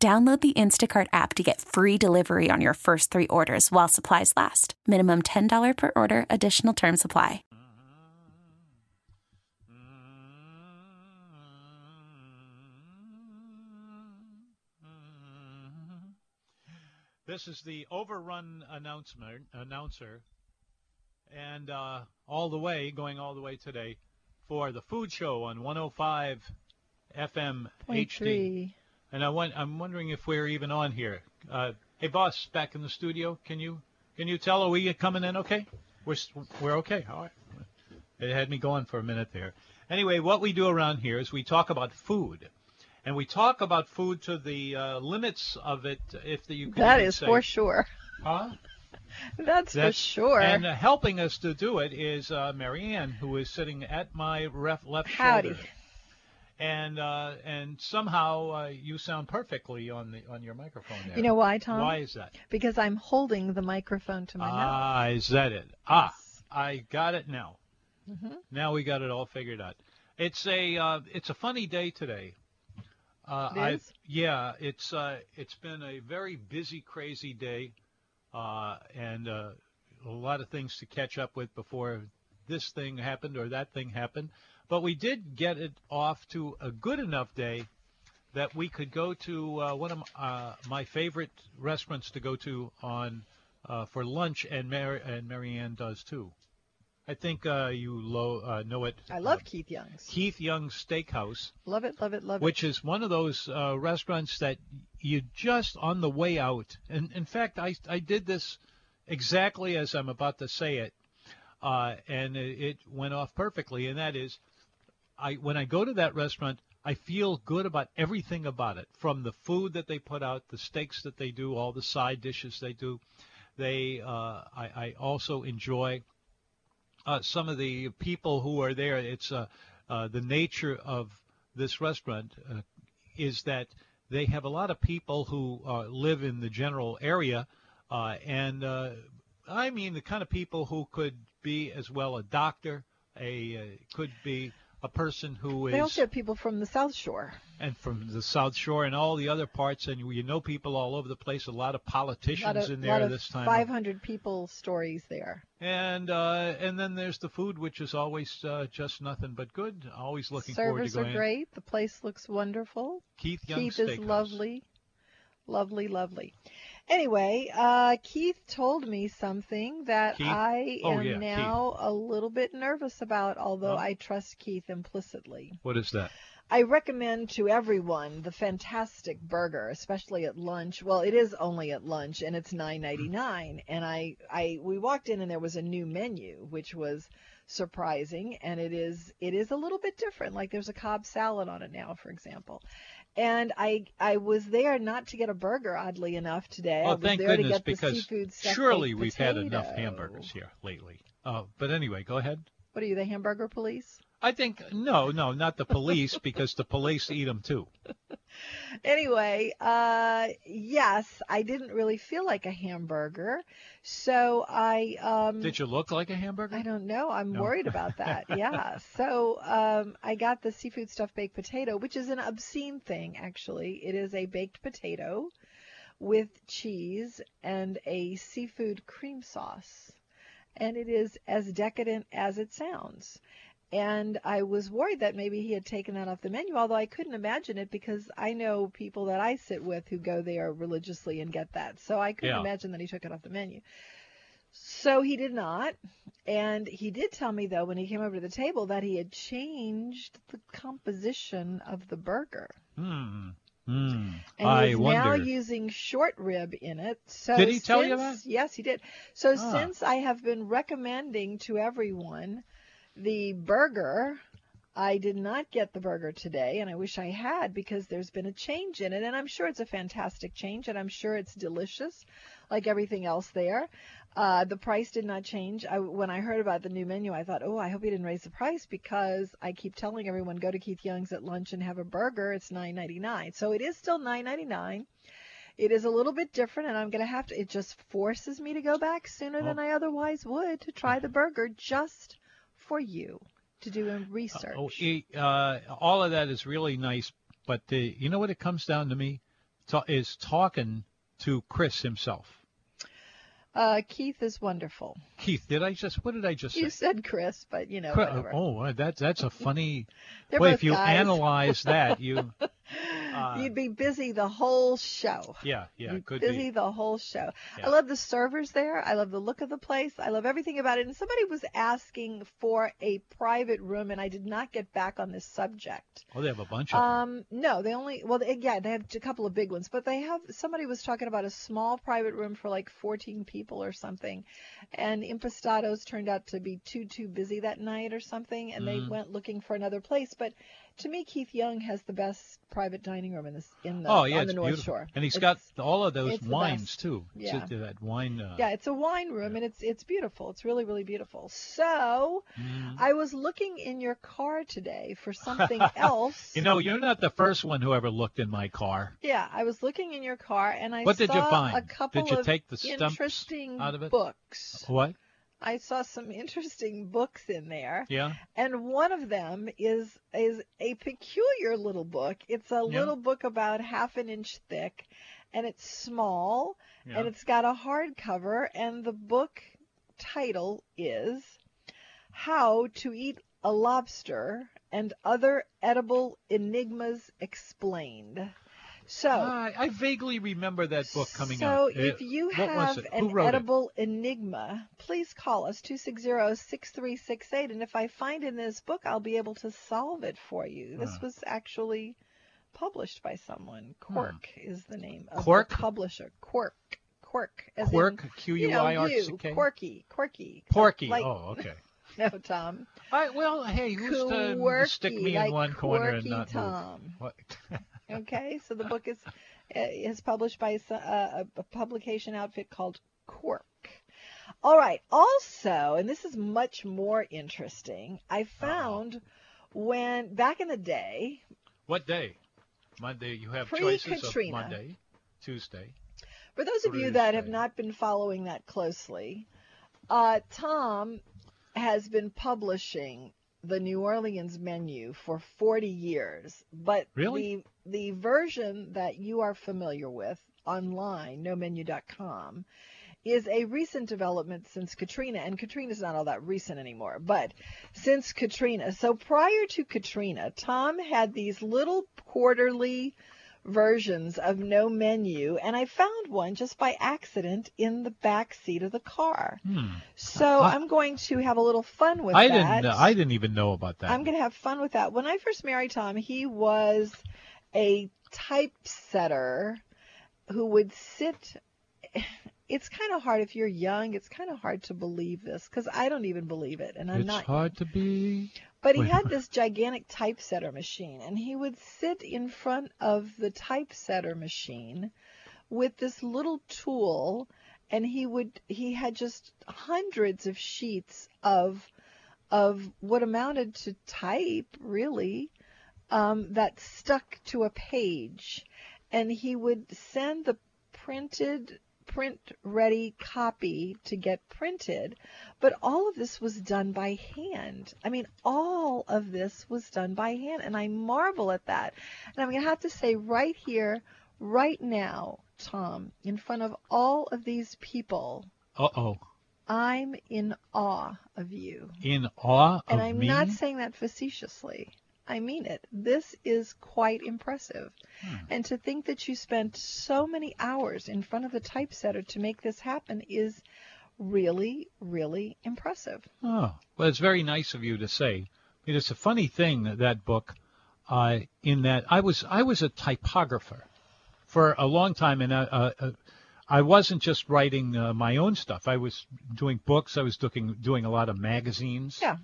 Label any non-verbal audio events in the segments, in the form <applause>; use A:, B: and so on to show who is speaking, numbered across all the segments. A: Download the Instacart app to get free delivery on your first three orders while supplies last. Minimum $10 per order, additional term supply.
B: Mm-hmm. This is the overrun announcement announcer, and uh, all the way going all the way today for the food show on 105 FM
C: Point
B: HD.
C: three.
B: And I want, I'm wondering if we're even on here. Uh, hey, boss, back in the studio, can you can you tell are we coming in okay? We're s- we're okay. All right. It had me going for a minute there. Anyway, what we do around here is we talk about food, and we talk about food to the uh, limits of it. If the, you can
C: That
B: even
C: is
B: say,
C: for sure. <laughs>
B: Huh?
C: That's, for
B: That's-
C: sure.
B: And uh, helping us to do it is uh, Marianne, who is sitting at my ref- left
C: Howdy.
B: shoulder. And uh, and somehow uh, you sound perfectly on the on your microphone there.
C: you know why, Tom?
B: Why is that?
C: Because I'm holding the microphone to my mouth.
B: Ah, is that it? Ah, I got it now.
C: Mm-hmm.
B: Now we got it all figured out. It's a uh, it's a funny day today. Uh,
C: It
B: I-
C: is?
B: yeah, it's uh, it's been a very busy, crazy day, uh, and uh, a lot of things to catch up with before this thing happened or that thing happened. But we did get it off to a good enough day that we could go to uh, one of m- uh, my favorite restaurants to go to on uh, for lunch, and Mar- and Marianne does too. I think uh, you lo- uh, know it.
C: I love
B: uh,
C: Keith Young's.
B: Keith Young's Steakhouse,
C: Love it, love it, love
B: which is one of those uh, restaurants that you just on the way out. And in fact, I I did this exactly as I'm about to say it, uh, and it, it went off perfectly. And that is, I when I go to that restaurant, I feel good about everything about it, from the food that they put out, the steaks that they do, all the side dishes they do. They, uh, I, I also enjoy uh, some of the people who are there. It's uh, uh, the nature of this restaurant uh, is that they have a lot of people who uh, live in the general area, uh, and uh, I mean the kind of people who could be as well a doctor, a uh, could be a person who
C: it.
B: is
C: They also have people from the South Shore.
B: and from the South Shore and all the other parts, and you know people all over the place. A lot of
C: A
B: politicians
C: lot of,
B: in
C: lot
B: there
C: of
B: this time.
C: 500 people stories there.
B: And uh, and then there's the food, which is always uh, just nothing but good. Always looking
C: Servers
B: forward
C: are
B: to going.
C: great. The place looks wonderful.
B: Keith Young
C: Keith
B: Steakhouse.
C: is lovely. Lovely, lovely. Anyway, uh, Keith told me something that
B: Keith?
C: I
B: Oh,
C: am
B: yeah, Keith.
C: now a little bit nervous about, although
B: Huh?
C: I trust Keith implicitly.
B: What is that?
C: I recommend to everyone the fantastic burger, especially at lunch. Well, it is only at lunch, and it's nine ninety nine.
B: Mm-hmm.
C: And I, I, we walked in, and there was a new menu, which was surprising. And it is, it is a little bit different. Like there's a Cobb salad on it now, for example. And I, I was there not to get a burger, oddly enough, today. I
B: well,
C: was
B: Oh, thank
C: there
B: goodness
C: to get the
B: because
C: seafood stuffed
B: surely
C: baked
B: we've had enough
C: potato.
B: hamburgers here lately. Uh, but anyway, go ahead.
C: What are you, the hamburger police?
B: I think no, no, not the
C: <laughs>
B: police because the police eat them too.
C: anyway, uh, yes, I didn't really feel like a hamburger, so I um,
B: Did you look like a hamburger?
C: I don't know. I'm
B: No.
C: worried about that.
B: <laughs>
C: Yeah. so um, I got the seafood stuffed baked potato, which is an obscene thing, actually. It is a baked potato with cheese and a seafood cream sauce. And it is as decadent as it sounds. And I was worried that maybe he had taken that off the menu, although I couldn't imagine it because I know people that I sit with who go there religiously and get that. So I couldn't
B: Yeah.
C: imagine that he took it off the menu. So he did not. And he did tell me, though, when he came over to the table, that he had changed the composition of the burger.
B: Hmm. Hmm.
C: And
B: I
C: he's now
B: wonder.
C: using short rib in it. So
B: Did he tell you
C: since-
B: that?
C: Yes, he did. So
B: Ah.
C: since I have been recommending to everyone the burger, I did not get the burger today, and I wish I had because there's been a change in it. And I'm sure it's a fantastic change, and I'm sure it's delicious, like everything else there. Uh, the price did not change. I, when I heard about the new menu, I thought, oh, I hope he didn't raise the price because I keep telling everyone go to Keith Young's at lunch and have a burger. It's $9.99, so it is still $9.99. It is a little bit different, and I'm going to have to. It just forces me to go back sooner than
B: Oh.
C: I otherwise would to try the burger just for you to do in research.
B: Oh, e- uh, all of that is really nice, but the, you know what it comes down to me Ta is talking to Chris himself.
C: Uh, Keith is wonderful.
B: Keith, did I just? What did I just
C: You
B: say?
C: said Chris, but you know,
B: Chris-
C: whatever.
B: oh, uh, that's that's
C: <laughs>
B: a funny.
C: They're
B: Boy,
C: both
B: if you
C: guys.
B: analyze that,
C: <laughs>
B: you uh,
C: You'd be busy the whole show.
B: yeah yeah
C: You'd
B: it could
C: busy
B: be.
C: the whole show.
B: Yeah.
C: I love the servers there. I love the look of the place. I love everything about it. And somebody was asking for a private room, and I did not get back on this subject.
B: Oh, they have a bunch of.
C: Um, no, they only well, they, yeah, they have a couple of big ones, but they have somebody was talking about a small private room for like 14 people or something, and Impastados turned out to be too too busy that night or something, and
B: Mm.
C: they went looking for another place. But to me, Keith Young has the best private dining room in this in the
B: oh yeah,
C: on
B: it's
C: the North
B: beautiful.
C: Shore,
B: And he's
C: It's-
B: got all of those
C: it's the
B: wines
C: best.
B: too. It's
C: Yeah.
B: just that wine. Uh,
C: yeah, it's a wine room, and it's it's beautiful. It's really really beautiful. So
B: mm.
C: I was looking in your car today
B: <laughs>
C: for something else.
B: You know, you're not the first one who ever looked in my car.
C: Yeah, I was looking in your car and I
B: What
C: saw
B: did you find?
C: a
B: Did
C: couple
B: you
C: of
B: take the stumps
C: interesting
B: out of it?
C: books.
B: What?
C: I saw some interesting books in there,
B: Yeah.
C: and one of them is is a peculiar little book. It's a little book about half an inch thick, and it's small,
B: yeah.
C: and it's got a hardcover, and the book title is How to Eat a Lobster and Other Edible Enigmas Explained. So.
B: Ah, I vaguely remember that book coming
C: so
B: out. Uh,
C: if you
B: what was
C: have
B: it? Who
C: an
B: wrote it?
C: edible enigma, please call us 260-6368 and if I find in this book I'll be able to solve it for you. This
B: Huh.
C: was actually published by someone. Quirk is the name of
B: Quirk?
C: the publisher. Quirk. Quirk. as in,
B: Quirk, Q
C: you
B: U
C: know,
B: I R C
C: you,
B: K.
C: quirky, quirky.
B: Porky.
C: like-
B: oh, okay.
C: No, Tom.
B: <laughs> All right, well, hey, who's to
C: Quirky,
B: stick me in
C: like
B: one corner and
C: quirky
B: not move?
C: Tom.
B: <laughs> What?
C: Okay, so the book is uh, is published by s- uh, a, a publication outfit called Quirk. All right. Also, and this is much more interesting. I
B: Uh-huh.
C: found when back in the day,
B: What day? Monday. You have choices of
C: Pre-Katrina.
B: Monday, Tuesday.
C: for those of you that have not been following that closely, uh, Tom has been publishing the New Orleans menu for 40 years, but
B: Really?
C: the the version that you are familiar with online, nomenu.com, is a recent development since Katrina, and Katrina's not all that recent anymore, but since Katrina. So prior to Katrina, Tom had these little quarterly versions of no menu, and I found one just by accident in the back seat of the car.
B: Hmm.
C: So
B: I-
C: I'm going to have a little fun with
B: I
C: that.
B: didn't. know- I didn't even know about that.
C: I'm going to have fun with that. When I first married Tom, he was a typesetter who would sit. <sighs> It's kind of hard if you're young. It's kind of hard to believe this because I don't even believe it, and I'm
B: it's
C: not.
B: hard to be.
C: But he
B: Wait.
C: had this gigantic typesetter machine, and he would sit in front of the typesetter machine with this little tool, and he would he had just hundreds of sheets of of what amounted to type, really, um, that stuck to a page, and he would send the printed print ready copy to get printed but all of this was done by hand. I mean, all of this was done by hand, and I marvel at that. And I'm going to have to say right here, right now, Tom, in front of all of these people,
B: Uh oh.
C: I'm in awe of you.
B: In awe
C: And
B: of
C: I'm
B: me.
C: not saying that facetiously. I mean it. This is quite impressive.
B: Hmm.
C: And to think that you spent so many hours in front of the typesetter to make this happen is really, really impressive.
B: Oh, well, it's very nice of you to say. It is a funny thing that, that book, uh, in that I was I was a typographer for a long time, and uh, uh, uh, I wasn't just writing uh, my own stuff. I was doing books. I was doing doing a lot of magazines.
C: Yeah.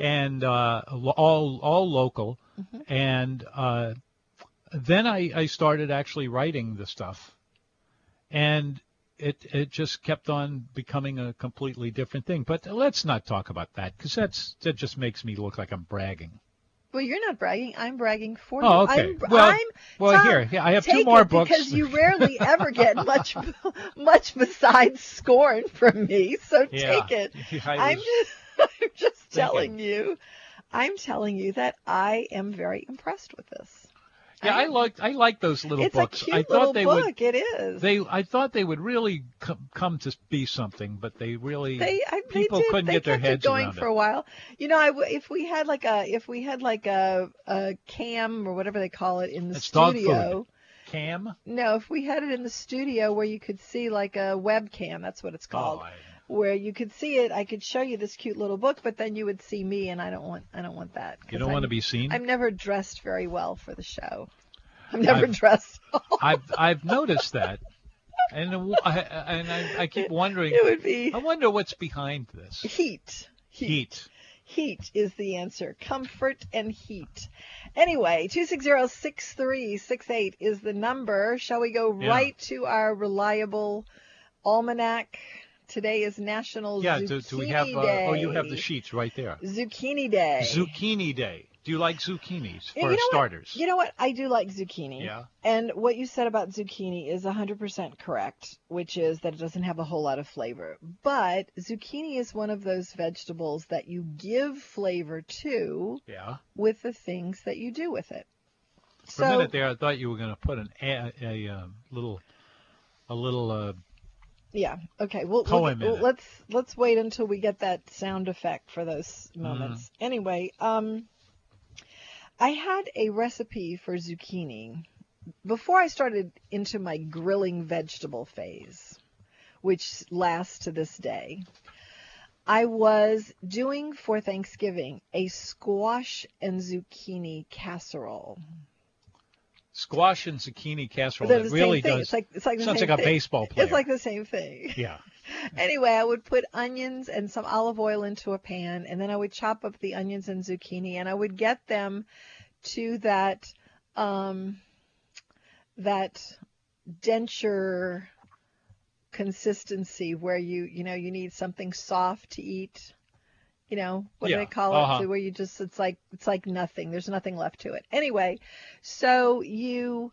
B: And uh, lo- all all local.
C: Mm-hmm.
B: And uh, then I, I started actually writing the stuff, and it it just kept on becoming a completely different thing. But let's not talk about that because that's that just makes me look like I'm bragging.
C: Well, you're not bragging. I'm bragging for
B: Oh,
C: you.
B: okay.
C: I'm,
B: Well-
C: I'm,
B: well,
C: Tom,
B: here, yeah, I have two
C: take
B: more
C: it
B: books.
C: because you rarely ever get much, much besides scorn from me. So
B: <laughs> <laughs> Yeah.
C: take it.
B: I
C: I'm
B: was-
C: just, <laughs> I'm just telling you, I'm telling you that I am very impressed with this.
B: yeah, I
C: am.
B: liked I like those little
C: it's
B: books.
C: a cute
B: I thought
C: little
B: they would
C: book. It is.
B: They, I thought they would really com- come to be something, but they really
C: they I, they
B: people
C: did.
B: couldn't
C: they
B: get their
C: kept it
B: heads
C: going
B: around
C: for
B: it.
C: a while. You know, I w if we had like a if we had like a a cam or whatever they call it in the
B: It's dog food.
C: studio.
B: Cam.
C: No, if we had it in the studio where you could see like a webcam, that's what it's called,
B: Oh, I-
C: where you could see it. I could show you this cute little book, but then you would see me, and I don't want I don't want that.
B: you
C: 'cause
B: don't want to
C: I'm-
B: be seen.
C: I'm never dressed very well for the show. I'm never <laughs>
B: I've-
C: dressed.
B: I've I've noticed that, and w- I, and I, I keep wondering.
C: It would be
B: I wonder what's behind this
C: heat.
B: heat.
C: Heat is the answer. Comfort and heat. Anyway, 260-6368 is the number. Shall we go
B: Yeah.
C: right to our reliable almanac? Today is National
B: Yeah.
C: Zucchini
B: Do, do we have? Uh,
C: Day.
B: oh, you have the sheets right there.
C: Zucchini Day.
B: Zucchini day. Do you like zucchinis for
C: Yeah, you know what?
B: starters?
C: You know what? I do like zucchini.
B: Yeah.
C: And what you said about zucchini is 100% correct, which is that it doesn't have a whole lot of flavor. But zucchini is one of those vegetables that you give flavor to
B: Yeah.
C: with the things that you do with it.
B: For a
C: So
B: minute there, I thought you were going to put an a, a, um little a little uh,
C: yeah, okay. Well, we'll,
B: Poem in
C: well,
B: it.
C: let's let's wait until we get that sound effect for those moments.
B: Mm-hmm.
C: Anyway, um, I had a recipe for zucchini before I started into my grilling vegetable phase, which lasts to this day. I was doing for Thanksgiving a squash and zucchini casserole.
B: squash and zucchini casserole.
C: They're
B: that
C: the same
B: really
C: thing.
B: does.
C: It's like it's like the
B: Sounds
C: same
B: like a
C: thing.
B: baseball player.
C: It's like the same thing. <laughs>
B: yeah.
C: Anyway, I would put onions and some olive oil into a pan, and then I would chop up the onions and zucchini, and I would get them to that um, that denture consistency where you you know you need something soft to eat. You know what do
B: Yeah,
C: they call
B: uh-huh.
C: it? Where you just it's like it's like nothing. There's nothing left to it. Anyway, so you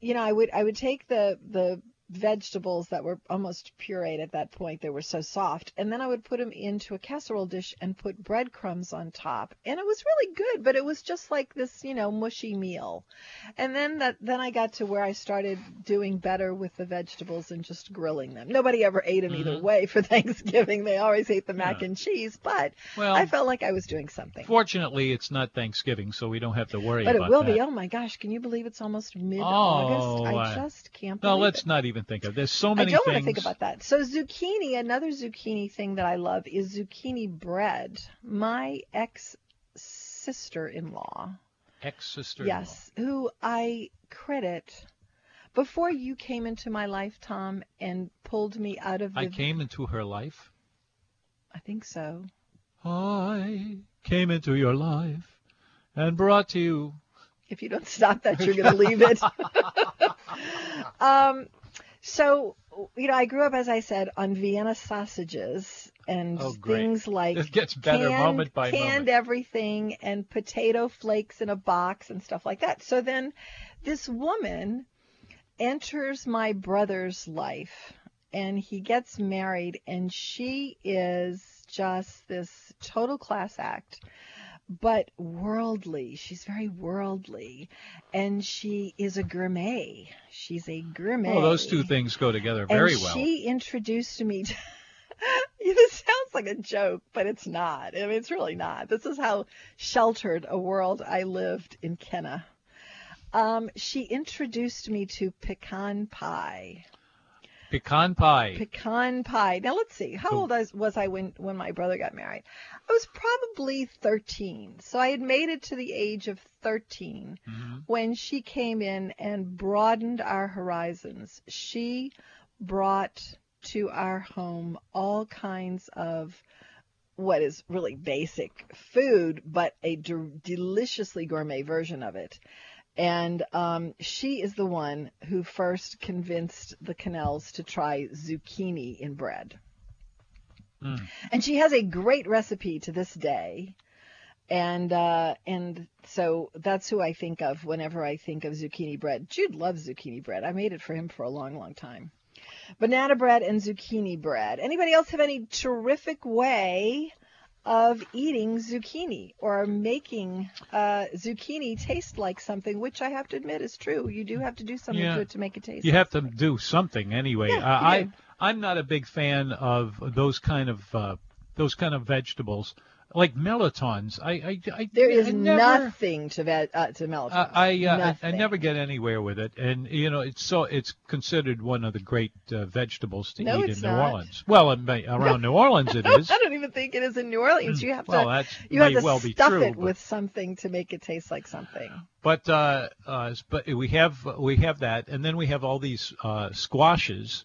C: you know I would I would take the the vegetables that were almost pureed at that point. They were so soft. And then I would put them into a casserole dish and put breadcrumbs on top. And it was really good, but it was just like this, you know, mushy meal. And then that then I got to where I started doing better with the vegetables and just grilling them. Nobody ever ate them either
B: Mhm.
C: way for <laughs> Thanksgiving. They always ate the mac
B: Yeah.
C: and cheese, but
B: Well,
C: I felt like I was doing something.
B: fortunately, it's not Thanksgiving, so we don't have to worry
C: But it
B: about
C: will
B: that.
C: be. Oh my gosh, can you believe it's almost mid August?
B: Oh,
C: I
B: I-
C: just can't
B: no,
C: believe
B: let's
C: it.
B: not even think of. There's so
C: I
B: many
C: don't
B: things.
C: want to think about that. So zucchini, another zucchini thing that I love is zucchini bread. My ex sister-in-law,
B: Ex-sister.
C: yes, who I credit before you came into my life, Tom, and pulled me out of the.
B: I came into her life.
C: I think so.
B: I came into your life and brought to you.
C: If you don't <laughs> stop that, you're going to
B: <laughs>
C: leave it. um, so you know, I grew up, as I said, on Vienna sausages and
B: Oh, great.
C: things like
B: It gets better
C: canned,
B: moment by
C: canned
B: moment.
C: everything and potato flakes in a box and stuff like that. So then this woman enters my brother's life and he gets married and she is just this total class act but worldly she's very worldly and she is a gourmet she's a gourmet
B: Well, those two things go together very
C: and
B: well.
C: She introduced me to. <laughs> this sounds like a joke, but it's not. I mean, it's really not. This is how sheltered a world I lived in Kenna. Um, she introduced me to pecan pie.
B: Pecan pie.
C: Pecan pie. Now let's see. How
B: So-
C: old I was- was I when when my brother got married? I was probably 13. So I had made it to the age of 13
B: Mhm.
C: when she came in and broadened our horizons. She brought to our home all kinds of what is really basic food, but a de- deliciously gourmet version of it. And um, she is the one who first convinced the Cannells to try zucchini in bread.
B: Mm.
C: And she has a great recipe to this day. And uh, and so that's who I think of whenever I think of zucchini bread. Jude loves zucchini bread. I made it for him for a long, long time. Banana bread and zucchini bread. Anybody else have any terrific way of eating zucchini or making uh, zucchini taste like something? Which I have to admit is true. You do have to do something
B: Yeah.
C: to it to make it taste.
B: You
C: like
B: have to
C: something.
B: do something anyway.
C: Yeah,
B: uh,
C: you
B: I
C: do.
B: I'm not a big fan of those kind of uh, those kind of vegetables like melitons. I I, I
C: There is
B: I never,
C: nothing to ve- uh, to melt.
B: I I, uh, I I
C: Nothing.
B: never get anywhere with it, and you know it's so it's considered one of the great uh, vegetables to
C: No,
B: eat
C: it's
B: in New
C: not.
B: Orleans. Well, it may, around New Orleans
C: <laughs>
B: it is.
C: I don't even think it is in New Orleans. You have
B: Hmm. Well,
C: to
B: that
C: you
B: may
C: have to
B: well be
C: stuff
B: true.
C: it
B: but-
C: with something to make it taste like something.
B: But uh, uh, but we have we have that, and then we have all these uh, squashes,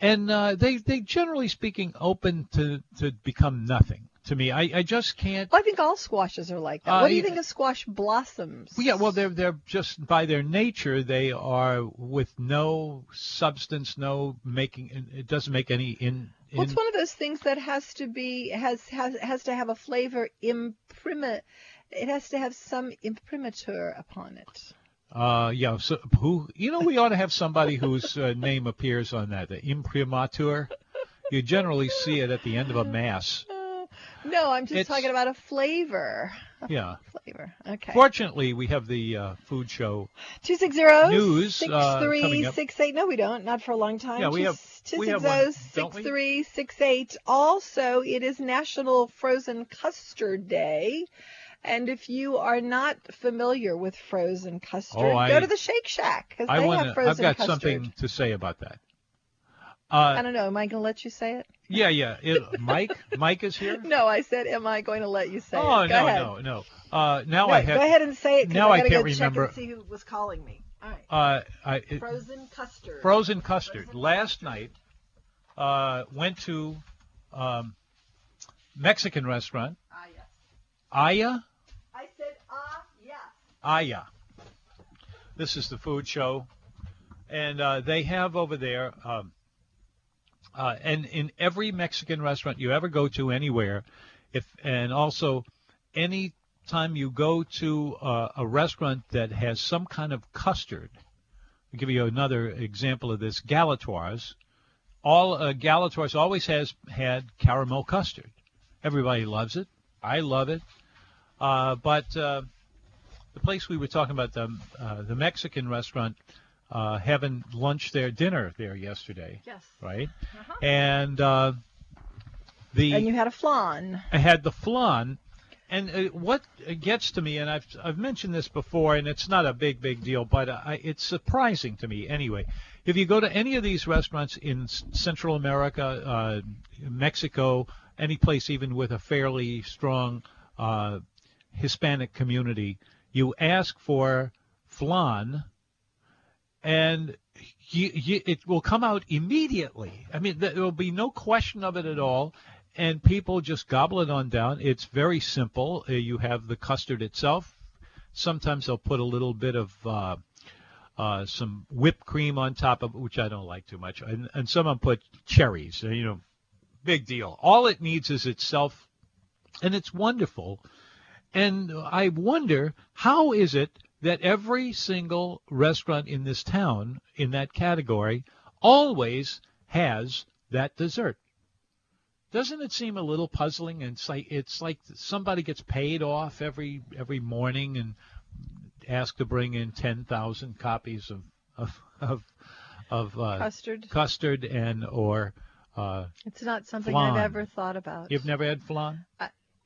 B: and uh, they they generally speaking open to to become nothing to me. I, I just can't.
C: Well, I think all squashes are like that.
B: Uh,
C: what do you
B: yeah.
C: think of squash blossoms?
B: Yeah, well, they're they're just by their nature they are with no substance, no making. It doesn't make any in. in
C: Well, it's one of those things that has to be has has has to have a flavor imprima. It has to have some imprimatur upon it.
B: uh, yeah, so who you know we ought to have somebody whose uh, name appears on that the imprimatur. You generally see it at the end of a mass.
C: Uh, no, I'm just
B: It's-
C: talking about a flavor.
B: Yeah.
C: Flavor. Okay.
B: Fortunately, we have the uh, food show.
C: Two six zero
B: News,
C: six
B: uh,
C: three
B: coming up.
C: six eight. No, we don't. Not for a long time.
B: Yeah, we have-
C: two
B: we
C: six
B: have
C: zero
B: one,
C: six
B: don't we?
C: three six eight. Also, it is National Frozen Custard Day, and if you are not familiar with frozen custard,
B: Oh, I-
C: go to the Shake Shack because
B: I
C: they
B: want
C: have
B: to.
C: frozen
B: I've got
C: custard.
B: something to say about that.
C: I
B: Uh,
C: don't know. Am I going to let you say it? <laughs>
B: yeah, yeah. It, Mike, Mike is here.
C: No, I said, am I going to let you say
B: oh
C: it? Go
B: no,
C: ahead.
B: no, no. Uh, now
C: No,
B: I
C: go
B: have.
C: ahead and say it. 'cause
B: now I
C: I gotta
B: can't
C: go check
B: remember-
C: And see who was calling me. All right.
B: Uh, I, it,
C: Frozen custard.
B: frozen custard. Last night, uh, went to um, Mexican restaurant
C: Ah, yes.
B: Aya
C: I said, ah, yes.
B: Aya. This is the food show, and uh, they have over there, um, uh, and in every Mexican restaurant you ever go to anywhere, if and also any time you go to uh, a restaurant that has some kind of custard. I'll give you another example of this: Galatoire's. All uh, Galatoire's always has had caramel custard. Everybody loves it. I love it. Uh, but uh, the place we were talking about the uh, the Mexican restaurant uh, having lunch there, dinner there yesterday,
C: Yes.
B: right? And uh, the
C: Uh-huh. And you had a flan.
B: I had the flan, and uh, what gets to me, and I've I've mentioned this before, and it's not a big big deal, but I, it's surprising to me anyway. If you go to any of these restaurants in S- Central America, uh, Mexico, any place even with a fairly strong uh, Hispanic community, you ask for flan, and you, you, it will come out immediately. I mean, there will be no question of it at all. And people just gobble it on down. It's very simple. Uh, You have the custard itself. Sometimes they'll put a little bit of uh, uh, some whipped cream on top of it, which I don't like too much. And, and some of them put cherries. uh, You know, big deal. All it needs is itself, and it's wonderful. And I wonder how is it that every single restaurant in this town in that category always has that dessert? Doesn't it seem a little puzzling? And it's like it's like somebody gets paid off every every morning and asked to bring in ten thousand copies of of of, of uh,
C: Custard.
B: custard and or uh,
C: It's not something
B: Flan.
C: I've ever thought about.
B: you've never had flan.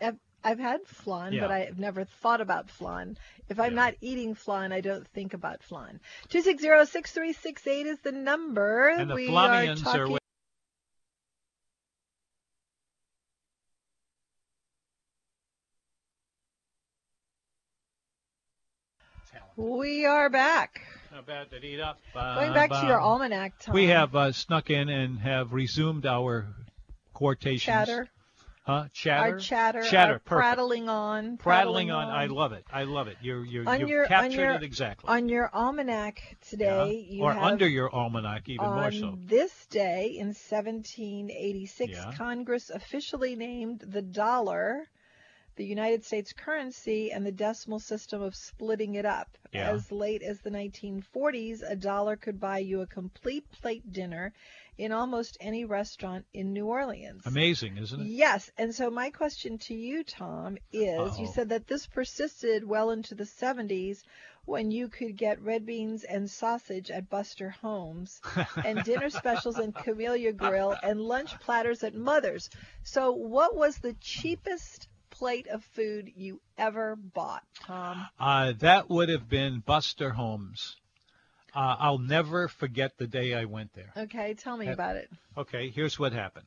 C: I've, I've had flan, but
B: Yeah.
C: I've never thought about flan. If I'm
B: Yeah.
C: not eating flan, I don't think about flan. 260-6368 is the number.
B: And the
C: we are
B: Flamians
C: talking
B: are with
C: We are back.
B: About to eat up. um,
C: Going back to your almanac, Tom.
B: Uh, We have uh, snuck in and have resumed our quotations.
C: chatter,
B: Huh? Chatter.
C: our chatter,
B: Chatter.
C: our
B: perfect.
C: prattling on,
B: Prattling on. I love it. I love it. You're, you're,
C: On
B: you've
C: your- on
B: captured
C: your-
B: it exactly.
C: on your almanac
B: Yeah.
C: today. You
B: or
C: have
B: under your almanac, even
C: on
B: more so.
C: this day in 1786,
B: Yeah.
C: Congress officially named the dollar the United States currency and the decimal system of splitting it up.
B: Yeah.
C: As late as the 1940s, a dollar could buy you a complete plate dinner in almost any restaurant in New Orleans.
B: Amazing, isn't it?
C: Yes, and so my question to you, Tom, is you
B: Uh-oh.
C: said that this persisted well into the 70s when you could get red beans and sausage at Buster
B: <laughs>
C: Homes and dinner specials in Camellia Grill and lunch platters at Mother's. So, what was the cheapest plate of food you ever bought, Tom?
B: Uh, that would have been Buster Holmes. Uh, I'll never forget the day I went there.
C: Okay, tell me
B: Uh,
C: about it.
B: Okay, here's what happened.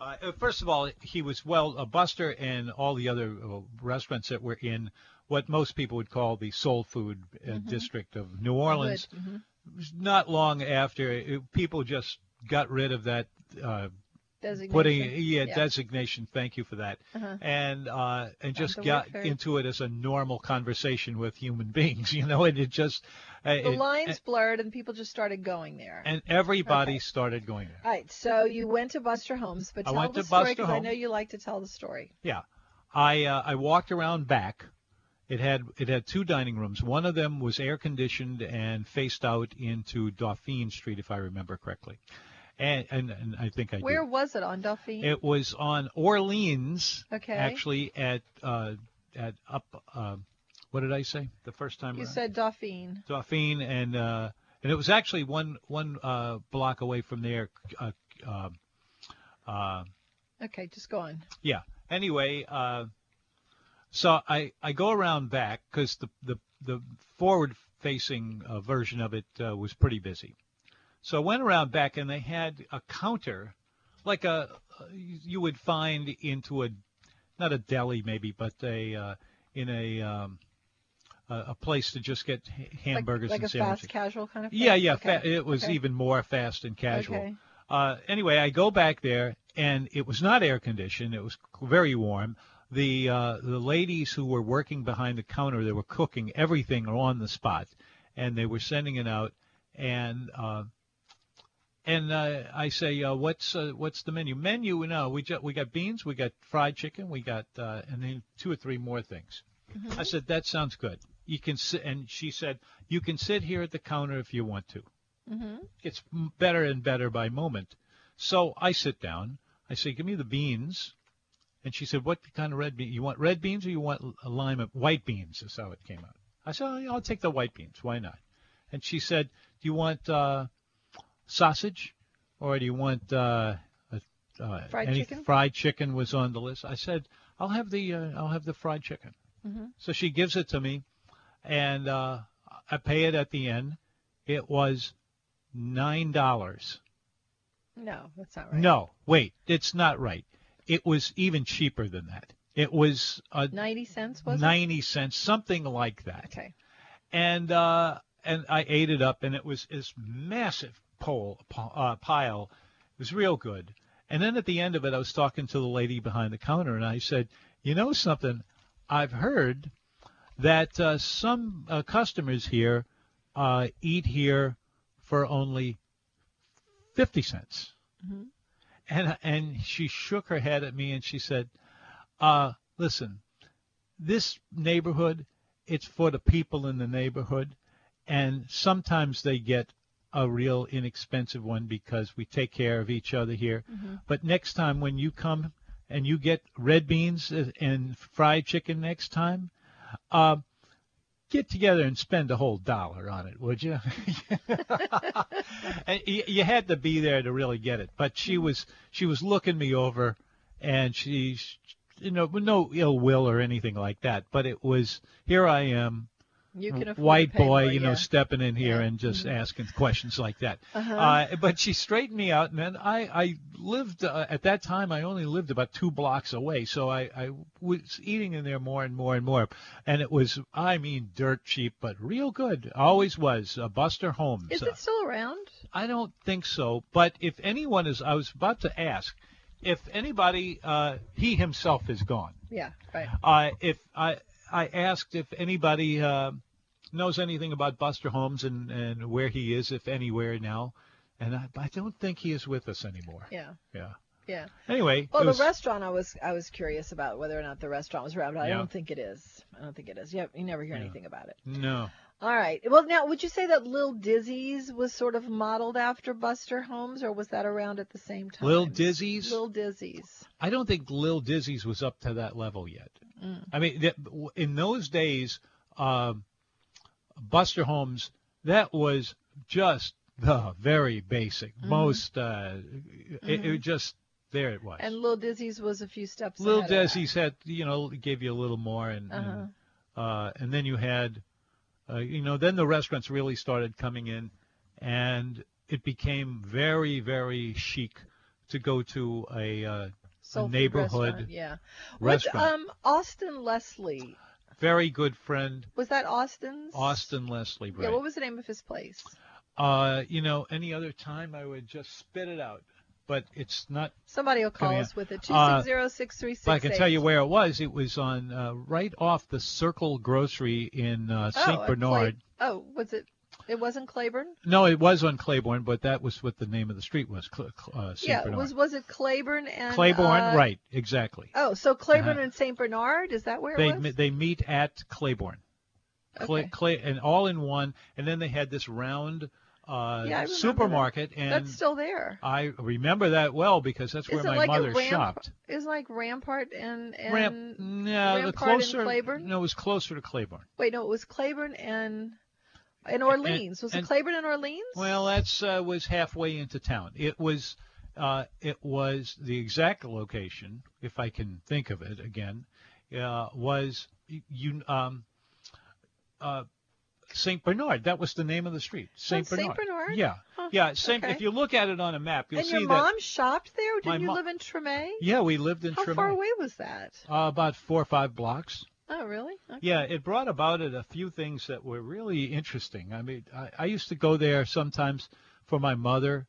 B: Uh, uh, first of all, he was well. Uh, Buster and all the other uh, restaurants that were in what most people would call the soul food uh, district of New Orleans.
C: Mm-hmm. Good. Mhm.
B: was Not long after, it, people just got rid of that uh,
C: Mm-hmm. Designation.
B: putting yeah,
C: Yeah.
B: designation. Thank you for that.
C: Uh-huh.
B: And uh, and just
C: the
B: got
C: word for it.
B: into it as a normal conversation with human <laughs> beings, you know. And it just uh,
C: The
B: it-
C: lines blurred and people just started going there.
B: and everybody
C: Okay.
B: started going there.
C: All right, so you went to Buster Homes, but
B: I
C: tell
B: went
C: the
B: to
C: story
B: Buster
C: because I
B: Homes.
C: know you like to tell the story.
B: Yeah, I uh, I walked around back. It had it had two dining rooms. One of them was air conditioned and faced out into Dauphine Street, if I remember correctly. And and, and I think I
C: Where
B: do.
C: was it on Duffy?
B: It was on Orleans,
C: Okay.
B: actually at uh, at up. Uh, what did I say the first time?
C: you
B: around?
C: said Dauphine.
B: Dauphine and uh, and it was actually one one uh, block away from there. Uh, uh, uh,
C: Okay, just go on.
B: yeah. Anyway, uh, so I, I go around back because the, the, the forward facing uh, version of it uh, was pretty busy. So I went around back and they had a counter like a you would find into a not a deli maybe but a uh, in a um, a, a place to just get ha-
C: Like-
B: hamburgers
C: like,
B: and
C: a
B: sandwiches.
C: fast casual kind of thing?
B: Yeah, yeah.
C: Okay.
B: Fa- it was
C: okay.
B: even more fast and casual.
C: Okay.
B: Uh, anyway, I go back there, and it was not air conditioned. It was c- very warm. The uh, the ladies who were working behind the counter, they were cooking everything on the spot, and they were sending it out. And uh, and uh, I say, uh, what's uh, what's the menu? Menu? No, we ju- we got beans, we got fried chicken, we got uh, and then two or three more things. I said that sounds good. You can sit, and she said you can sit here at the counter if you want to. It's m better and better by moment. So I sit down. I say, give me the beans. And she said, what kind of red bean? You want red beans or you want a lime? of- White beans is how it came out. I said, "Oh, yeah, I'll take the white beans. Why not? And she said, do you want uh, sausage or do you want uh, a, uh,
C: Fried
B: any
C: chicken?
B: fried chicken was on the list. I said, I'll have the uh, I'll have the fried chicken.
C: Mm-hmm.
B: So she gives it to me, and uh, I pay it at the end. It was nine dollars.
C: No, that's not right.
B: No, wait, it's not right. It was even cheaper than that. It was uh,
C: 90 cents was it?
B: ninety cents, something like that.
C: Okay.
B: And uh, and I ate it up, and it was this massive pole p- uh, pile. It was real good. And then at the end of it, I was talking to the lady behind the counter, and I said, "You know something? I've heard that uh, some uh, customers here uh, eat here for only 50 cents. And, and she shook her head at me and she said, uh, listen, this neighborhood, it's for the people in the neighborhood. And sometimes they get a real inexpensive one because we take care of each other here. But next time when you come and you get red beans and fried chicken next time, uh, get together and spend a whole dollar on it, would you? <laughs> and you, you had to be there to really get it. But she was she was looking me over, and she, you know, with no ill will or anything like that. But it was here I am,
C: You can afford
B: white
C: to pay
B: boy,
C: for it,
B: you know,
C: yeah. Mm-hmm.
B: stepping in here and just asking questions like that.
C: Uh-huh.
B: Uh, but she straightened me out, and then I, I lived uh, at that time. I only lived about two blocks away, so I, I was eating in there more and more and more, and it was I mean dirt cheap, but real good. Always was. Uh, Buster Homes.
C: Is
B: Uh,
C: it still around?
B: I don't think so. But if anyone is, I was about to ask, if anybody, uh, he himself is gone.
C: Yeah, right.
B: Uh, if I I asked if anybody uh, knows anything about Buster Holmes and, and where he is, if anywhere now, and I, I don't think he is with us anymore.
C: Yeah,
B: Yeah.
C: yeah.
B: Anyway,
C: Well,
B: it was-
C: the restaurant, I was I was curious about whether or not the restaurant was around. But I
B: Yeah.
C: don't think it is. I don't think it is. Yep, you never hear
B: Yeah.
C: anything about it.
B: no.
C: All right. Well, now, would you say that Lil Dizzy's was sort of modeled after Buster Holmes, or was that around at the same time?
B: Lil Dizzy's.
C: Lil Dizzy's.
B: I don't think Lil Dizzy's was up to that level yet. I mean, that- w- in those days, um, Buster Holmes, that was just the very basic, most. Uh, it, it was just there it was.
C: And Lil Dizzy's was a few steps.
B: Mm-hmm. Lil
C: ahead of that.
B: Dizzy's had, you know, gave you a little more, and and, uh, and then you had, uh, you know, then the restaurants really started coming in, and it became very, very chic to go to a uh,
C: Soul food
B: neighborhood
C: restaurant, Yeah.
B: restaurant.
C: With, um, Austin Leslie.
B: very good friend,
C: Was that Austin's?
B: Austin Leslie. Right?
C: Yeah. What was the name of his place?
B: uh, you know, any other time I would just spit it out, but it's not.
C: Somebody will call
B: Coming
C: us
B: up.
C: with it. Two
B: Uh,
C: six zero six three six.
B: But I can tell you where it was. It was on uh, right off the Circle Grocery in uh, Saint Bernard.
C: Oh, was it? It wasn't Claiborne.
B: No, it was on Claiborne, but that was what the name of the street was. Cl- cl- uh, Saint
C: yeah.
B: Bernard.
C: Was was it Claiborne and
B: Claiborne,
C: uh,
B: right? Exactly.
C: Oh, so Claiborne
B: Uh-huh.
C: and Saint Bernard. Is that where
B: they
C: it was?
B: me- they meet at Claiborne, Cla-
C: Okay.
B: Cla- and all in one. And then they had this round uh,
C: Yeah, I remember that.
B: supermarket, and
C: That's still there.
B: I remember that well because that's where
C: Is it
B: my
C: like
B: mother
C: a ramp?
B: shopped.
C: Is it like Rampart and and
B: Ramp, mm. no, the
C: Rampart
B: closer,
C: and Claiborne?
B: no, it was closer to Claiborne.
C: Wait, no, it was Claiborne and and Orleans. was
B: and-
C: it Claiborne and Orleans?
B: Well, that's uh, was halfway into town. It was, uh, it was the exact location, if I can think of it again, uh, was y- you um, uh, Saint Bernard. That was the name of the street, Saint
C: Oh, Saint
B: Bernard.
C: Bernard?
B: Yeah,
C: Huh,
B: yeah. Saint,
C: okay.
B: If you look at it on a map, you'll
C: and
B: see
C: your
B: that.
C: mom shopped there. Didn't
B: My
C: you
B: mo-
C: live in Tremay?
B: Yeah, we lived in
C: How
B: Tremont.
C: far away was that?
B: Uh, about four or five blocks.
C: Oh, really? Okay.
B: Yeah, it brought about it a few things that were really interesting. I mean, I, I used to go there sometimes for my mother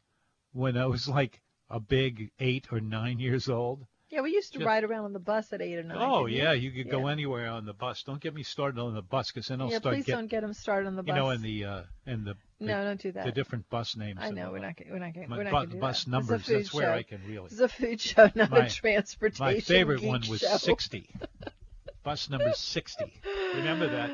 B: when I was like a big eight or nine years old.
C: Yeah, we used to
B: Yeah.
C: ride around on the bus at eight or nine.
B: oh,
C: didn't we?
B: yeah, you could go
C: Yeah.
B: anywhere on the bus. Don't get me started on the bus because then I'll
C: yeah,
B: start
C: please
B: getting,
C: don't get them started on the
B: you
C: bus.
B: know, in the, uh, in the,
C: no, don't do
B: the,
C: that.
B: the different bus names.
C: I
B: and
C: know
B: all
C: we're
B: that.
C: not. gonna- We're not going.
B: My
C: We're not
B: bu-
C: going to do
B: bus
C: that.
B: numbers,
C: It's a food
B: that's where
C: show.
B: I can really.
C: This is a food show, <laughs> not
B: My-
C: a transportation.
B: My favorite
C: geek
B: one was
C: show. <laughs>
B: 60. bus number 60. Remember
C: <gasps>
B: that?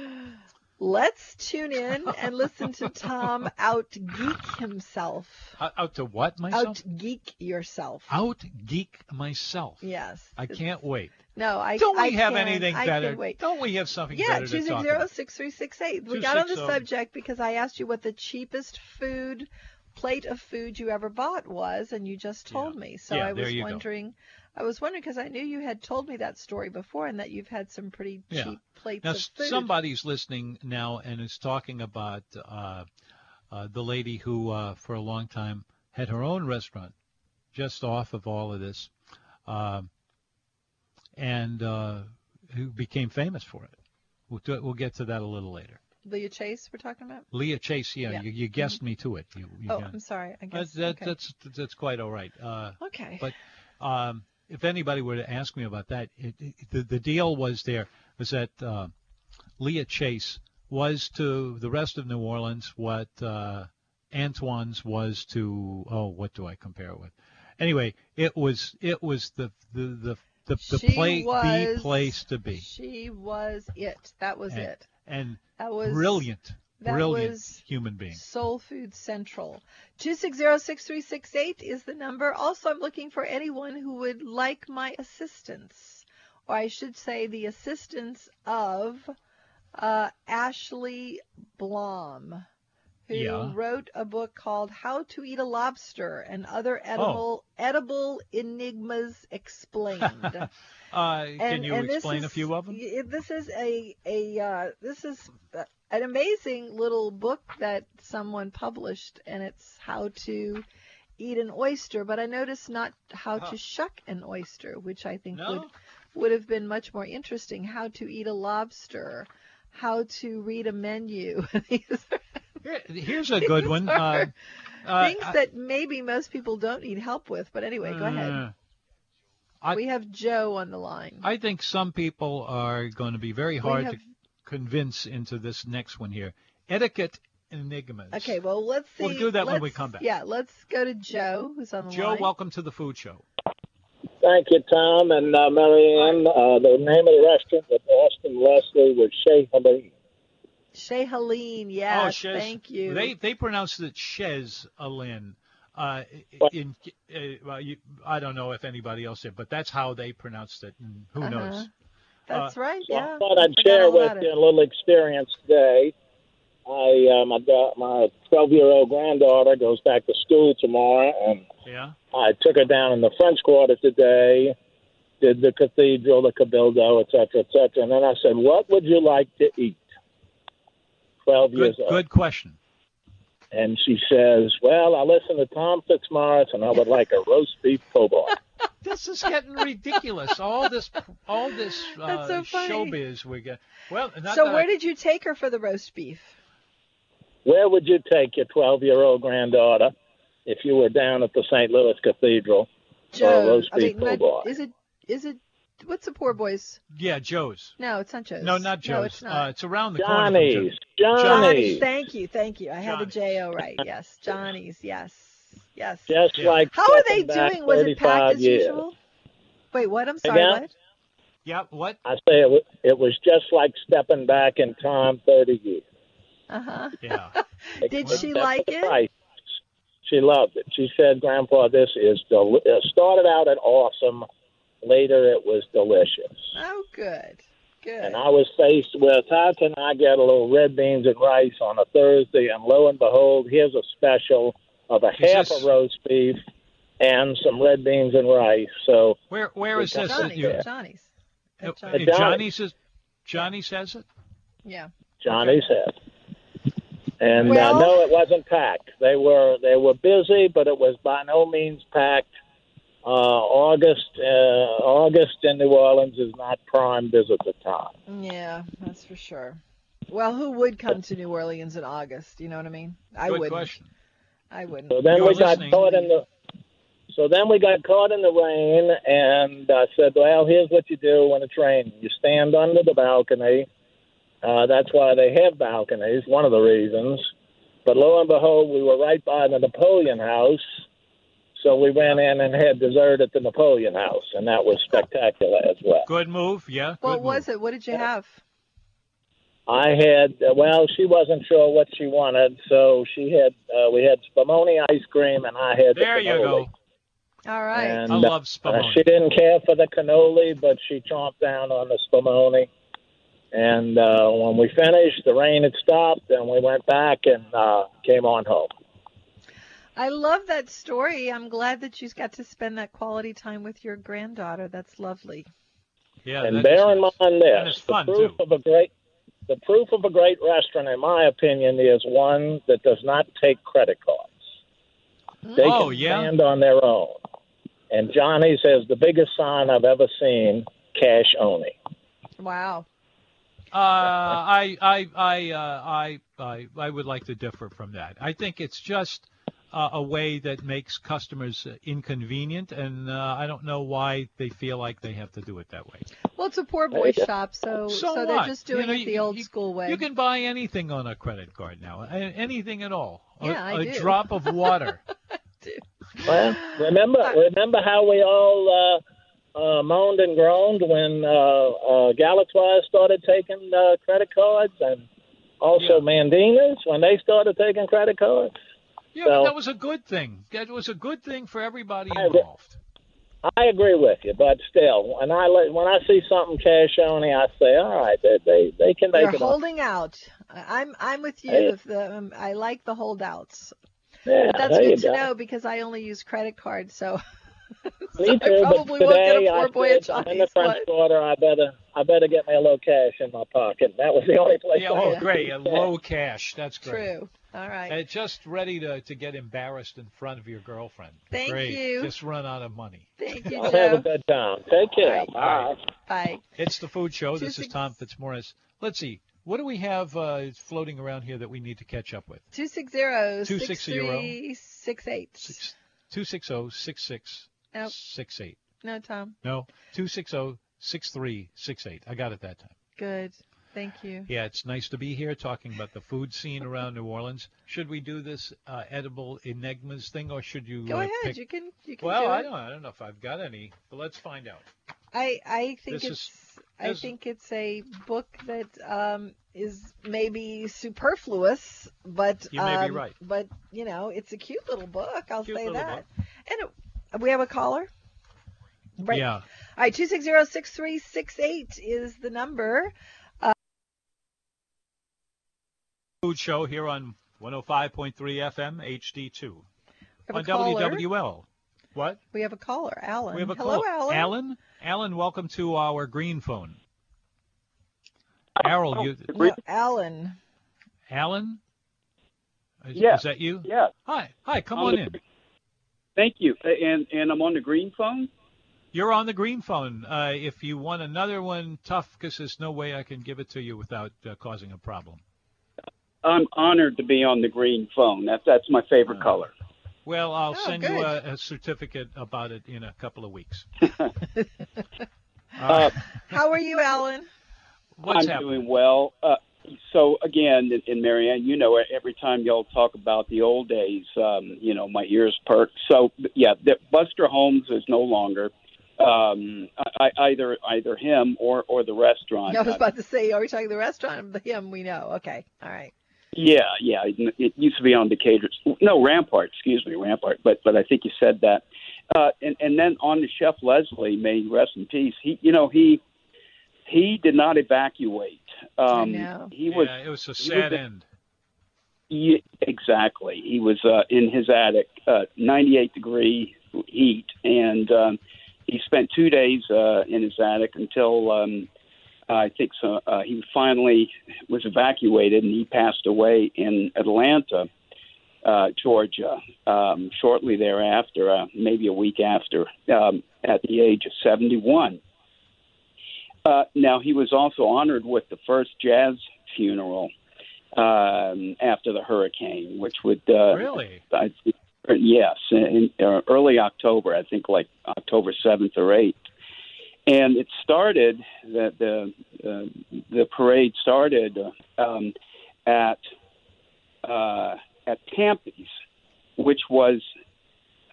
C: Let's
B: <laughs>
C: tune in and listen to Tom out geek himself.
B: Out, out to what myself?
C: Out geek yourself.
B: Out geek myself.
C: Yes.
B: I can't wait.
C: No, I
B: Don't we
C: I
B: have
C: can,
B: anything
C: I
B: better?
C: Can wait.
B: Don't we have something
C: Yeah,
B: better
C: two
B: to
C: six
B: talk
C: zero
B: about?
C: six three six eight. We got on the
B: 260.
C: subject because I asked you what the cheapest food plate of food you ever bought was, and you just told
B: Yeah.
C: me. So
B: Yeah,
C: I
B: there
C: was
B: you go.
C: wondering. I was wondering because I knew you had told me that story before, and that you've had some pretty
B: Yeah.
C: cheap plates
B: Now,
C: of
B: s-
C: food.
B: somebody's listening now and is talking about uh, uh, the lady who, uh, for a long time, had her own restaurant just off of all of this, um, and uh, who became famous for it. We'll, do it. we'll get to that a little later.
C: Leah Chase, we're talking about.
B: Leah Chase, yeah,
C: Yeah.
B: You, you guessed me to it. You, you
C: Oh,
B: got it.
C: I'm sorry. I
B: That's-
C: guess.
B: that,
C: okay.
B: that's that's quite all right. Uh,
C: okay.
B: But um, if anybody were to ask me about that, it, it, the, the deal was there was that uh, Leah Chase was to the rest of New Orleans what uh, Antoine's was to oh what do I compare it with? Anyway, it was it was the the the the, the
C: She
B: play the
C: was-
B: place to be
C: She was it. That was
B: and,
C: it.
B: and
C: That was
B: brilliant
C: that
B: brilliant
C: was-
B: human being.
C: Soul Food Central. 260-6368 is the number. Also, I'm looking for anyone who would like my assistance, or I should say the assistance of uh, Ashley Blom, who
B: Yeah.
C: wrote a book called How to Eat a Lobster and Other
B: Oh.
C: Edible, Edible Enigmas
B: <laughs>
C: Explained.
B: Uh, can
C: And-
B: you
C: and this
B: explain a
C: is-
B: few of them?
C: y- This is a a uh, this is uh, an amazing little book that someone published, and it's how to eat an oyster. But I noticed not how
B: Huh.
C: to shuck an oyster, which I think would
B: Ah. No?
C: would have been much more interesting. How to eat a lobster, how to read a menu. <laughs> These are
B: Here, here's a
C: <laughs>
B: good one. Uh,
C: are
B: uh,
C: things
B: I-
C: that maybe most people don't need help with. But anyway, go ahead.
B: uh, I-
C: we have Joe on the line.
B: I think some people are going to be very hard to
C: have-
B: convince into this next one here. Etiquette enigmas.
C: okay, well let's see.
B: We'll do that when we
C: let's-
B: come back.
C: Yeah, let's go to Joe, who's on the
B: Joe,
C: line.
B: welcome to the food show.
D: Thank you, Tom and uh, Marianne. Uh, the name of the restaurant with Austin Leslie was Shea Halim.
C: Shay Helene, yes,
B: oh, Shez,
C: thank you.
B: They they pronounced it Shez Alin. Uh, in, uh, well, you, I don't know if anybody else did, but that's how they pronounced it. And
C: Uh-huh.
B: who knows? uh,
C: That's right,
D: So
C: yeah.
D: I thought
C: I
D: I'd
C: forgot
D: share
C: all
D: with
C: about it.
D: you a little experience today. I uh, my da- my 12 year old granddaughter goes back to school tomorrow, and
B: Yeah.
D: I took her down in the French Quarter today. Did the cathedral, the cabildo, et cetera, et cetera. And then I said, "What would you like to eat?" Twelve
B: Good
D: years old.
B: good question.
D: and she says, "Well, I listen to Tom Fitzmaurice, and I would like a roast beef cobalt."
B: This is getting ridiculous. All this all this uh,
C: <laughs> That's so funny.
B: showbiz we get. Well, not
C: So
B: that
C: where
B: I-
C: did you take her for the roast beef?
D: Where would you take your 12-year-old granddaughter if you were down at the St. Louis Cathedral?
C: Joe,
D: Uh, roast
C: I mean,
D: beef
C: not-
D: boy.
C: is it is it what's the poor boy's?
B: yeah, Joe's.
C: No, it's not Joe's.
B: No, not Joe's.
C: No, it's
B: Uh,
C: not.
B: it's around the corner. from
D: Johnny's,
B: Joe's.
D: Johnny's,
C: Thank you, thank you. I had the
B: Johnny's.
C: J
B: <laughs>
C: O right. Yes, Johnny's. Yes, yes.
D: just
B: Yeah.
D: like
C: How are they
D: stepping back
C: doing? Was it
D: 35
C: packed as
D: years.
C: usual? Wait, what? I'm sorry.
D: got-
C: What?
B: Yeah. What?
D: I say it was, it was just like stepping back in time 30 years.
C: Uh huh.
B: Yeah.
C: Did
B: Well,
C: she
D: That's
C: like
D: the
C: it?
D: price. She loved it. She said, "Grandpa, this is deli- it started out at awesome. Later, it was delicious."
C: Oh, good, good.
D: And I was faced with how can I get a little red beans and rice on a Thursday? And lo and behold, here's a special of a
B: Is
D: half
B: this-
D: a roast beef and some red beans and rice. So
B: Where where is this? that
C: Johnny's.
B: you-
C: Johnny's. At
B: No,
C: Johnny's.
D: Johnny.
B: Johnny says Johnny says it.
C: Yeah.
D: Johnny said. And
C: Well-
D: uh, no, it wasn't packed. They were they were busy, but it was by no means packed. Uh, August uh, August in New Orleans is not prime visitor time.
C: Yeah, that's for sure. Well, who would come to New Orleans in August? You know what I mean? I
B: Good
C: wouldn't.
B: question.
C: I wouldn't.
D: So then
B: You're
D: we got
B: listening.
D: caught in the. So then we got caught in the rain, and I said, "Well, here's what you do when it's raining: you stand under the balcony. Uh, that's why they have balconies. One of the reasons. But lo and behold, we were right by the Napoleon House, so we went in and had dessert at the Napoleon House, and that was spectacular as well.
B: Good move. Yeah.
C: What
B: good
C: was
B: move.
C: it? What did you have?
D: I had uh, well, she wasn't sure what she wanted, so she had uh, we had Spumoni ice cream, and I had the
B: There you
D: cannoli.
B: go.
C: All right.
D: And,
B: I
D: uh,
B: love
D: Uh, she
B: Spumoni.
D: didn't care for the cannoli, but she chomped down on the spumoni. And uh, when we finished, the rain had stopped, and we went back and uh, came on home.
C: I love that story. I'm glad that you got to spend that quality time with your granddaughter. That's lovely.
B: Yeah.
D: and
B: that
D: bear
B: is
D: in
B: nice.
D: mind
B: And it's
D: this: the
B: fun,
D: proof
B: too.
D: of a great, the proof of a great restaurant, in my opinion, is one that does not take credit cards. They
B: Oh,
D: can
B: yeah?
D: stand on their own. And Johnny's has the biggest sign I've ever seen: cash only.
C: Wow.
B: Uh, I I I, uh, I I I would like to differ from that. I think it's just uh, a way that makes customers inconvenient, and uh, I don't know why they feel like they have to do it that way.
C: Well, it's a poor boy
D: Yeah.
C: shop, so
B: So
C: they're
B: what?
C: just
B: You
C: doing
B: know,
C: it the
B: you-
C: old
B: you-
C: school way.
B: You can buy anything on a credit card now, a- anything at all. A-
C: Yeah, I
B: a
C: do.
B: drop of
C: <laughs>
B: water.
D: Well, remember,
C: Uh,
D: remember how we all uh, uh, moaned and groaned when uh, uh, Galatoire started taking uh, credit cards, and also
B: Yeah.
D: Mandina's when they started taking credit cards.
B: Yeah, but
D: So-
B: that was a good thing. That was a good thing for everybody
D: I agree.
B: involved.
D: I agree with you, but still, when I let, when I see something cash only, I say, all right, they they, they can make
C: You're
D: it. up.
C: holding out. I- I'm I'm with you.
D: Hey.
C: If the, um, I like the holdouts.
D: Yeah,
C: That's
D: there you
C: good to
D: go.
C: know because I only use credit cards, so <laughs> so I probably won't get a poor boy a
D: in
C: Chinese.
D: the French
C: but-
D: Quarter, I better I better get me a little cash in my pocket. That was the only place.
B: Yeah,
D: I
B: oh,
D: had
B: great. Yeah,
D: cash.
B: low cash. That's great.
C: True. All right.
B: Uh, just ready to, to get embarrassed in front of your girlfriend.
C: Thank
B: Great.
C: you.
B: Just run out of money.
C: Thank you,
D: I'll have a
C: Joe.
D: good time. Take care.
C: All right. Bye.
D: Bye.
B: It's the food show.
C: Two
B: This is
C: six-
B: Tom Fitzmaurice. Let's see. What do we have uh, floating around here that we need to catch up with?
C: 260
B: 260.
C: 6368.
B: Two six zero six six
C: Nope.
B: six eight.
C: No, Tom.
B: No, two six zero six three six eight. I got it that time.
C: Good. Thank you.
B: Yeah, it's nice to be here talking about the food scene around New Orleans. Should we do this uh, edible enigmas thing, or should you
C: Go
B: uh,
C: ahead.
B: pick?
C: You can. You can
B: well,
C: do
B: I
C: it.
B: don't. I don't know if I've got any, but let's find out.
C: I I think
B: This is-
C: it's I
B: this-
C: think it's a book that um, is maybe superfluous, but
B: You may be
C: um,
B: right.
C: But you know, it's a cute little book. I'll
B: Cute
C: say
B: little
C: that. And it, we have a caller. Right.
B: Yeah.
C: All right. Two six zero six three six eight is the number.
B: Food show here on 105.3 FM HD2
C: We have
B: on
C: a caller.
B: WWL. What?
C: We have a caller, Alan.
B: We have a
C: Hello,
B: call.
C: Alan.
B: Alan, Alan, welcome to our green phone. Errol, you,
C: No, Alan.
B: Alan, is,
E: Yeah.
B: is that you?
E: Yeah,
B: Hi, hi, come
E: I'm
B: on
E: the-
B: in.
E: thank you. Uh, And and I'm on the green phone.
B: You're on the green phone. Uh, if you want another one, tough, because there's no way I can give it to you without uh, causing a problem.
E: I'm honored to be on the green phone. That that's my favorite color.
B: Well, I'll
C: Oh,
B: send you
C: good.
B: a, a certificate about it in a couple of
E: <laughs>
B: weeks.
E: Uh,
C: How are you, Alan?
B: What's
E: I'm
B: happening?
E: doing well. Uh, so again, and- and Marianne, you know, every time y'all talk about the old days, um, you know, my ears perk. So yeah, the, Buster Holmes is no longer um, I, I, either either him or or the restaurant.
C: I was about to say, are we talking the restaurant? Him, we know. Okay. All right.
E: Yeah, yeah. It, it used to be on Decatur. No, Rampart. Excuse me, Rampart. But but I think you said that. Uh, and and then on to Chef Leslie, may he rest in peace. He, you know, he he did not evacuate. Um,
C: know.
E: He was
B: yeah, it was a
E: he
B: sad
E: was-
B: end.
E: yeah, exactly. He was uh, in his attic, uh, 98 degree heat, and um, he spent two days uh, in his attic until um, I think so, uh, he finally was evacuated, and he passed away in Atlanta, uh, Georgia, um, shortly thereafter, uh, maybe a week after, um, at the age of 71. Uh, now he was also honored with the first jazz funeral um, after the hurricane, which would uh,
B: Really?
E: I think, yes, in, in uh, early October, I think like October seventh or eighth, and it started that the uh, the parade started um, at uh, at Pampy's, which was.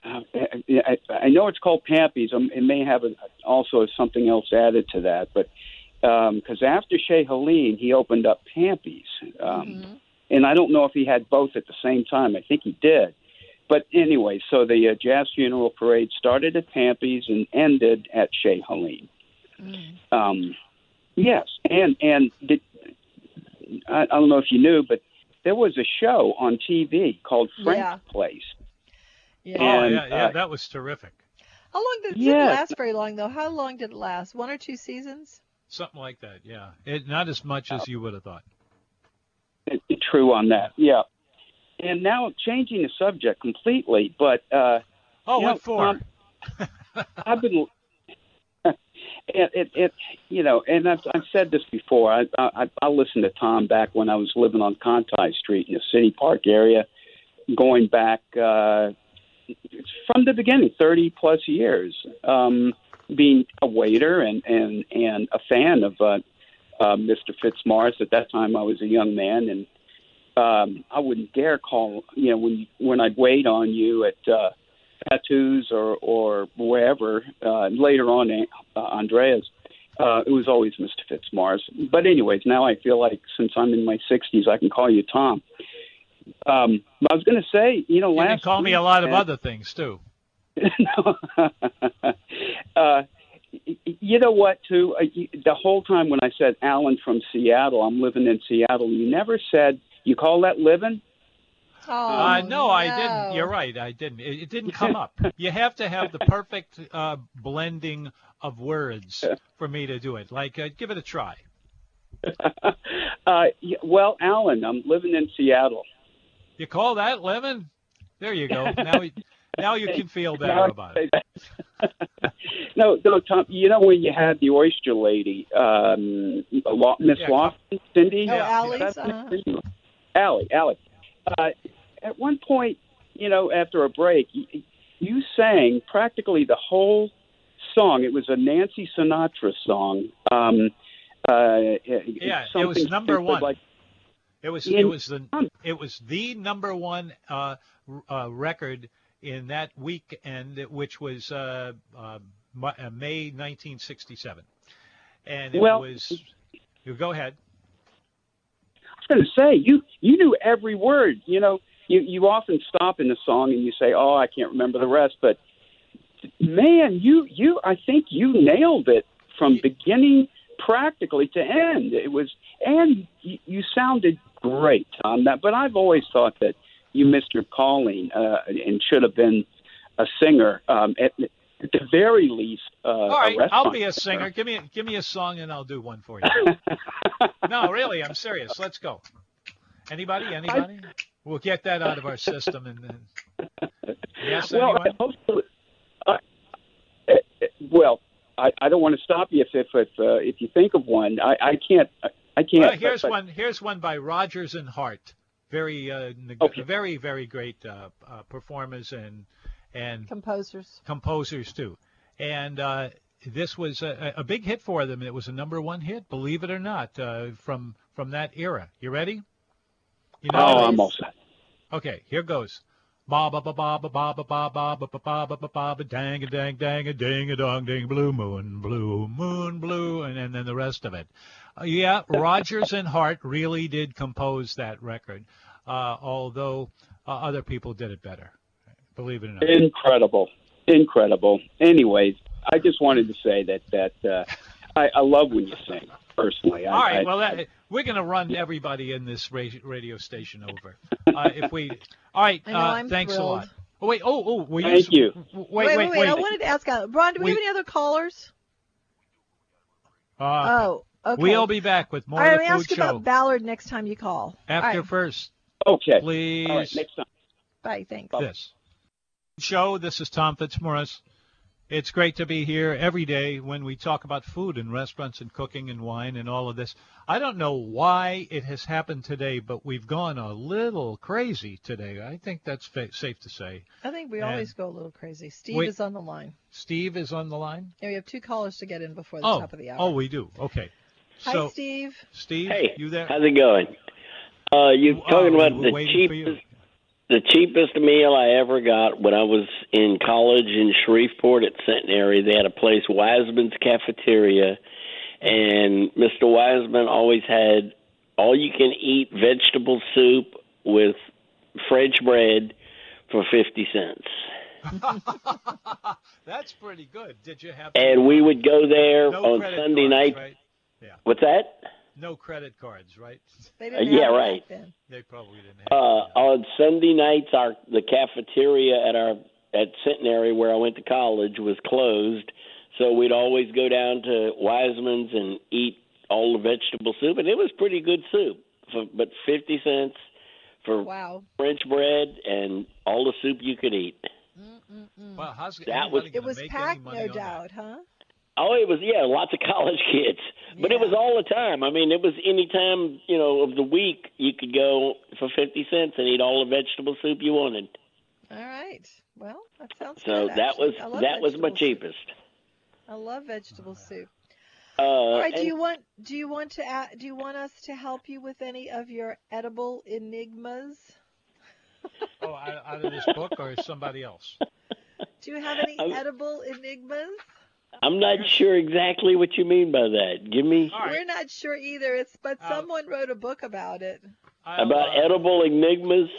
E: Uh, I, I- I know it's called Pampy's. Um, It may have a, also something else added to that, but because after Shea Helene, he opened up Pampy's, um,
C: Mhm.
E: and I don't know if he had both at the same time. I think he did. But anyway, so the uh, jazz funeral parade started at Pampy's and ended at Shea Helene.
C: Mm.
E: Um, yes, and and did, I, I don't know if you knew, but there was a show on TV called Frank's
C: Yeah.
E: Place.
C: Yeah.
B: oh,
E: And,
B: yeah, yeah,
E: uh,
B: that was terrific.
C: How long did it
E: Yeah.
C: didn't last? Very long though. How long did it last? One or two seasons?
B: Something like that, yeah. It, not as
E: Uh,
B: much as you would have thought.
E: it- it- true on that, yeah. And now changing the subject completely, but uh,
B: Oh, what
E: You know, um,
B: for?
E: Tom, I've been, and it, it, you know, and I've, I've said this before. I, I, I listened to Tom back when I was living on Conti Street in the City Park area, going back uh, from the beginning, thirty plus years, um, being a waiter and and and a fan of uh, uh, Mr. Fitzmaurice. At that time, I was a young man, and um, I wouldn't dare call. You know, when when I'd wait on you at. Uh, tattoos or or wherever. Uh, and later on, uh, Andreas, uh, it was always Mr. Fitzmaurice. But anyways, now I feel like since I'm in my 60s, I can call you Tom. Um, I was going to say, you know,
B: You can
E: last
B: call me
E: week-
B: a lot of other things, too.
E: no. <laughs> uh, y- you know what, too? Uh, y- the whole time when I said Alan from Seattle, I'm living <laughs> in Seattle, you never said, you call that living?
C: Oh,
B: uh, no, I didn't. You're right. I didn't. It, it didn't come up. You have to <laughs> have the perfect uh, blending of words for me to do it. Like, uh, give it a try.
E: uh, y- well, Alan, I'm living in Seattle.
B: You call that lemon? There you <laughs> go. Now, we, now you can feel better about it.
E: <laughs> no, no, Tom. You know when you had the oyster lady, um, Lo- Miss
B: Yeah.
E: Lofton, Cindy.
C: Oh,
B: Yeah.
C: Allie's. Uh,
E: Allie, Allie. Uh, at one point, you know, after a break, you, you sang practically the whole song. It was a Nancy Sinatra song. Um, uh,
B: Yeah, it
E: something
B: was number
E: stupid
B: one.
E: Like,
B: It was
E: Yeah.
B: it was the it was the number one uh, r- uh, record in that weekend, which was uh, uh, Mu- uh, May 1967, and it
E: Well-
B: was. You go ahead.
E: I was going to say you you knew every word. You know, you you often stop in the song and you say, "Oh, I can't remember the rest," but man, you you I think you nailed it from beginning practically to end. It was and you, you sounded great on that. But I've always thought that you missed your calling uh, and should have been a singer um, at, at the very least. Uh,
B: All right,
E: a
B: I'll
E: restaurant
B: be a singer. Give me a, give me a song and I'll do one for you.
E: <laughs>
B: no, really, I'm serious. Let's go. Anybody? Anybody? We'll get that out of our system and then. Yes,
E: well,
B: anyone?
E: hopefully, I, eh, eh, well, I, I don't want to stop you if if if, uh, if you think of one. I, I can't. I, I can't.
B: Well,
E: but-
B: here's
E: but
B: one. Here's one by Rogers and Hart. Very, uh, neg-
E: Okay.
B: very, very great uh, uh, performers and and
C: composers.
B: composers too. And uh, this was a, a big hit for them. It was a number one hit, believe it or not, uh, from from that era. You ready? You
E: Oh,
B: it?
E: I'm all set.
B: Okay, here goes. Ba ba ba ba ba ba ba ba ba ba ba ba ba ba ba ba dang a dang dang a ding a dong ding blue moon blue moon blue and, and then the rest of it. Uh, yeah, Rogers and Hart really did compose that record, uh, although uh, other people did it better. Believe it or not.
E: Incredible, incredible. Anyways, I just wanted to say that that uh, I, I love when you sing. Personally, I,
B: All right.
E: I,
B: well, that, we're going to run everybody in this ra- radio
E: <laughs>
B: station over. Uh, if we, all right.
C: I know,
B: uh,
C: I'm
B: thanks a lot.
C: thrilled.
B: Oh, wait. Oh, oh. Were you,
E: Thank you.
B: Wait,
C: Wait,
B: wait, wait.
C: I wanted to ask, uh, Ron, do we
B: Wait.
C: have any other callers?
B: Uh,
C: Oh, okay.
B: We'll be back with more
C: All right,
B: of
C: I'm
B: the
C: gonna
B: food
C: ask
B: show
C: about Ballard next time you call.
B: after
C: All right,
B: first,
E: okay.
B: please.
E: All right, next time.
C: bye. Thanks.
B: this show. This is Tom Fitzmaurice. It's great to be here every day when we talk about food and restaurants and cooking and wine and all of this. I don't know why it has happened today, but we've gone a little crazy today. I think that's fa- safe to say.
C: I think we
B: And-
C: always go a little crazy. Steve
B: Wait.
C: is on the line.
B: Steve is on the line.
C: Yeah, we have two callers to get in before the
B: Oh,
C: top of the hour.
B: oh, we do. Okay.
C: Hi,
B: so,
C: Steve.
B: Steve,
F: Hey,
B: you there?
F: how's it going? Uh, you're
B: Oh,
F: talking
B: we
F: about
B: were
F: the
B: waiting for you.
F: cheapest, the cheapest meal I ever got when I was in college in Shreveport at Centenary. They had a place, Wiseman's Cafeteria, and Mr. Wiseman always had all you can eat vegetable soup with French bread for fifty cents.
B: That's pretty good. Did you have
F: And we would go there
B: no
F: on
B: credit
F: Sunday
B: cards,
F: night.
B: Right?
F: What's that?
B: No credit cards, right?
C: They didn't
F: yeah,
C: have it
F: right.
C: back then.
B: They probably didn't
F: uh,
B: have. it.
F: on Sunday nights, our the cafeteria at our at Centenary where I went to college was closed, so we'd always go down to Wiseman's and eat all the vegetable soup, and it was pretty good soup, for, but fifty cents for
C: Wow.
F: French bread and all the soup you could eat.
B: Well, how's that
F: That
B: anybody
F: was-
B: gonna
C: It was
B: make any
C: packed,
B: money
C: no
B: on that?
C: doubt, huh?
F: Oh, it was yeah, lots of <laughs> college kids, but it
C: Yeah.
F: was all the time. I mean, it was any time you know of the week you could go for fifty cents and eat all the vegetable soup you wanted.
C: All right. Well, that sounds
F: So
C: good.
F: that was
C: actually. I love
F: that was my
C: vegetable soup.
F: cheapest.
C: I love vegetable soup.
F: Uh,
C: All right. Do
F: and-
C: you want do you want to a do you want us to help you with any of your edible enigmas?
B: Oh, out, out of this book or somebody
C: <laughs>
B: else?
C: Do you have any
F: I'm-
C: edible enigmas?
F: I'm not sure exactly what you mean by that. Give me
B: All right.
C: We're not sure either. It's but
B: Uh,
C: someone wrote a book about it.
B: I'll,
F: about
B: uh,
F: edible enigmas,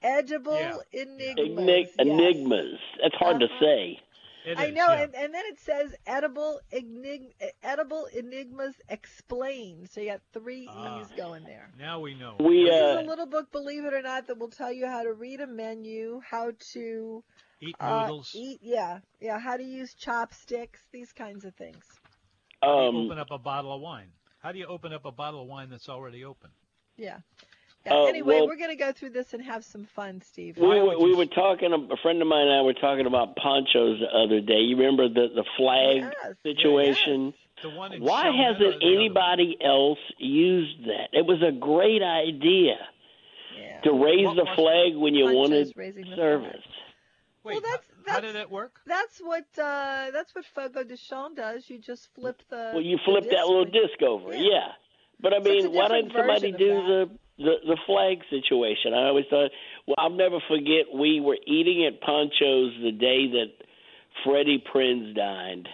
C: Edible
B: Yeah.
C: enigmas.
F: Enig-
C: yes.
F: enigmas. That's hard to
C: Uh-huh.
F: say.
B: It
C: I
B: is,
C: know,
B: yeah.
C: and, and then it says edible enig- edible enigmas explained. So you got three
B: Ah.
C: e's going there.
B: now we know.
F: We
C: This
F: uh,
C: is a little book, believe it or not, that will tell you how to read a menu, how to
B: Eat
C: uh,
B: noodles.
C: eat, yeah, yeah, how to use chopsticks, these kinds of things.
B: How do you
F: um,
B: open up a bottle of wine. How do you open up a bottle of wine that's already open?
C: Yeah. Yeah,
F: Uh,
C: anyway,
F: well-
C: we're going to go through this and have some fun, Steve.
F: we
B: Why
F: were,
B: would
F: we
B: you-
F: were talking. A friend of mine and I were talking about ponchos the other day. You remember the the flag
C: Yes,
F: situation?
C: yes.
B: The one. In
F: Why
B: Chalmette or the
F: hasn't
B: other one?
F: anybody else used that? It was a great idea
C: Yeah.
F: to raise
B: What
F: the
B: was
F: flag when you
C: Ponchos
F: wanted
C: raising the flag.
F: service.
B: Wait,
C: Well, that's-
B: how- how
C: that's-
B: did it work?
C: That's what uh, that's what Fogo de Chão does. You just flip the.
F: Well, you
C: the
F: flip that
C: disc
F: little
C: when-
F: disc over,
C: yeah.
F: yeah. But I
C: So it's a
F: mean, why
C: different
F: didn't somebody
C: version of
F: do the,
C: that.
F: the the flag situation? I always thought, well, I'll never forget. We were eating at Poncho's the day that Freddie Prinz died,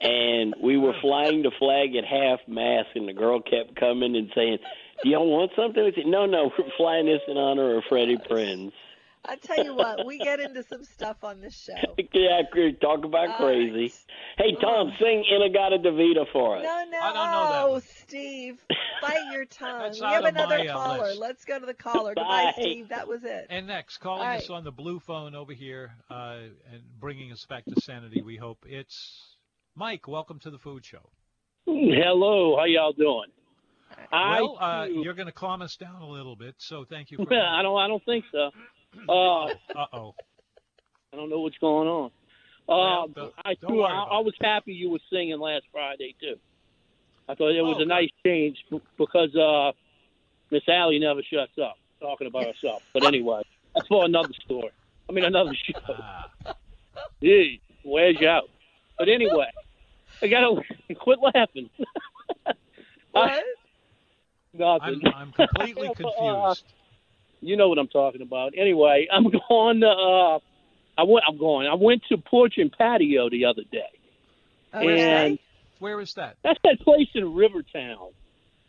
F: and we were flying the flag at half mast, and the girl kept coming and saying, "Do y'all want something?" We said, "No, no, we're flying this in honor of Freddie Prinz." <laughs>
C: I tell you what, we get into some stuff on this
F: <laughs>
C: show.
F: yeah, talk about
C: All right.
F: crazy. Hey, Tom, sing Inagata DeVita for us.
C: No, no,
B: I don't know that
C: oh,
B: one.
C: Steve, bite your tongue.
B: <laughs> That's
C: we
B: out
C: have
B: of
C: another
B: my, uh,
C: caller.
B: list.
C: Let's go to the caller. Goodbye,
F: Bye.
C: Steve. That was it.
B: And next, calling
C: All
B: us
C: right.
B: on the blue phone over here uh, and bringing us back to sanity. We hope it's Mike. Welcome to the food show.
D: Hello, how y'all doing? I
B: well, uh,
D: too-
B: you're going to calm us down a little bit, so thank
F: <laughs>
B: you. For
D: <laughs> I don't I don't think so. Uh,
B: Uh oh.
D: I don't know what's going on.
B: Well,
D: Um,
B: don't-
D: I
B: don't
D: too,
B: worry
D: I,
B: about
D: I
B: it.
D: was happy you were singing last Friday too. I thought it was
B: Oh,
D: a
B: good.
D: nice change b- because uh, Miss Allie never shuts up talking about herself. But anyway, that's for another story. I mean another <laughs> show.
B: Uh,
D: Gee, where's you out? But anyway, I gotta <laughs> quit laughing. <laughs>
C: What?
D: Nothing.
B: I'm I'm
D: <laughs>
B: completely confused.
D: you know what I'm talking about. Anyway, <laughs> I'm going to. Uh, I went. I'm going. I went to Porch and Patio the other day,
C: Okay.
D: and
B: Where is that?
D: that's that place in Rivertown.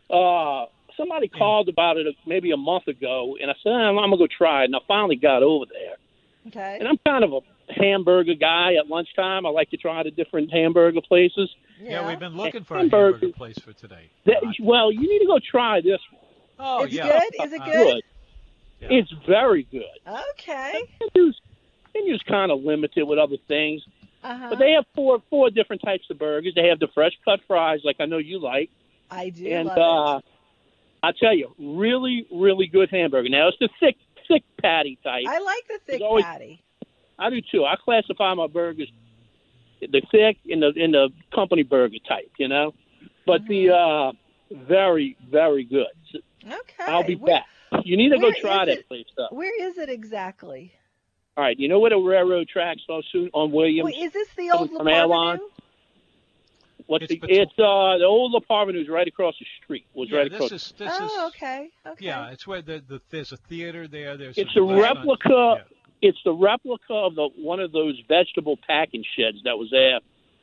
D: Uh, somebody
B: Yeah.
D: called about it maybe a month ago, and I said I'm, I'm gonna go try it. And I finally got over there,
C: Okay.
D: and I'm kind of a hamburger guy at lunchtime. I like to try the different hamburger places.
B: Yeah, we've been looking for a
D: Hamburger.
B: hamburger place for today.
D: That,
B: Not-
D: well, you need to go try this. one.
B: oh
C: it's
B: yeah.
C: good. Is it good?
B: Yeah.
D: It's very good.
C: Okay.
D: Menu's menu's kind of limited with other things.
C: Uh-huh.
D: But they have four four different types of burgers. They have the fresh cut fries, like I know you like,
C: I do
D: and
C: love
D: uh, I tell you, really, really good hamburger. Now it's the thick, thick patty type.
C: it. I like the thick
D: It's uh, always-
C: patty.
D: I do too. I classify my burgers the thick and the in the company burger type, you know. But
C: Mm-hmm.
D: the uh, very, very good. So
C: Okay.
D: I'll be
C: Where-
D: back. You need to go
C: where
D: try
C: is
D: that
C: it?
D: place though.
C: Where is it exactly?
D: All right, you know where the railroad tracks are soon on Williams.
C: Wait, is this the
D: Coming
C: old
D: from
C: La
D: airline.
C: Parvenue?
D: What's
B: It's
D: the?
B: between-
D: It's uh, the old La Parvenue's right across the street. Was
B: Yeah,
D: right across.
B: this is this is.
C: Oh, okay. Okay.
B: Yeah, it's where the, the there's a theater there. There's
D: It's
B: a
D: a
B: restaurant.
D: replica.
B: Yeah.
D: It's the replica of the one of those vegetable packing sheds that was there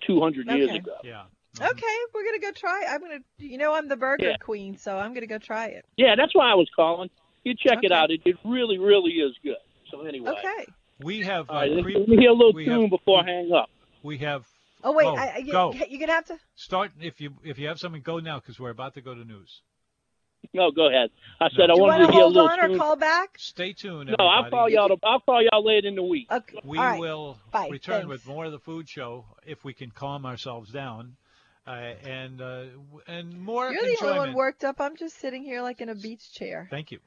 D: 200 years
C: Okay.
D: ago.
B: Yeah. Mhm.
C: Okay, we're gonna go try. I'm gonna, you know, I'm the burger
D: Yeah.
C: queen, so I'm gonna go try it.
D: Yeah, that's why I was calling. You check it
C: Okay.
D: out. It, it really, really is good. So anyway,
C: Okay.
B: We have
D: all
B: uh,
D: right, let
B: creep-
D: let me hear a little
B: we
D: tune
B: have-
D: before I hang up.
B: we have
C: Oh wait,
B: Oh,
C: I, I, you,
B: go.
C: you're gonna have to.
B: start if you if you have something go now because we're about to go to news.
D: No, go ahead. I
B: No.
D: said I
C: Do you
D: wanted
C: want
D: to
C: to
D: hear a
C: hold
D: little
C: on or
D: tune.
C: call back?
B: Stay tuned.
D: no, I'll
B: everybody.
D: call y'all. To, I'll call y'all later in the week.
C: Okay.
B: We
C: all right.
B: will
C: Bye.
B: return
C: Thanks.
B: with more of the food show if we can calm ourselves down, uh, and uh, w- and more
C: You're the only one
B: enjoyment.
C: worked up. I'm just sitting here like in a beach chair.
B: Thank you.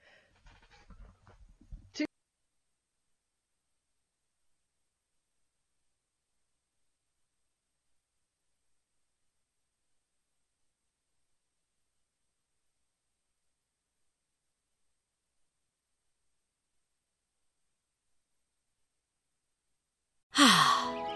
G: <sighs>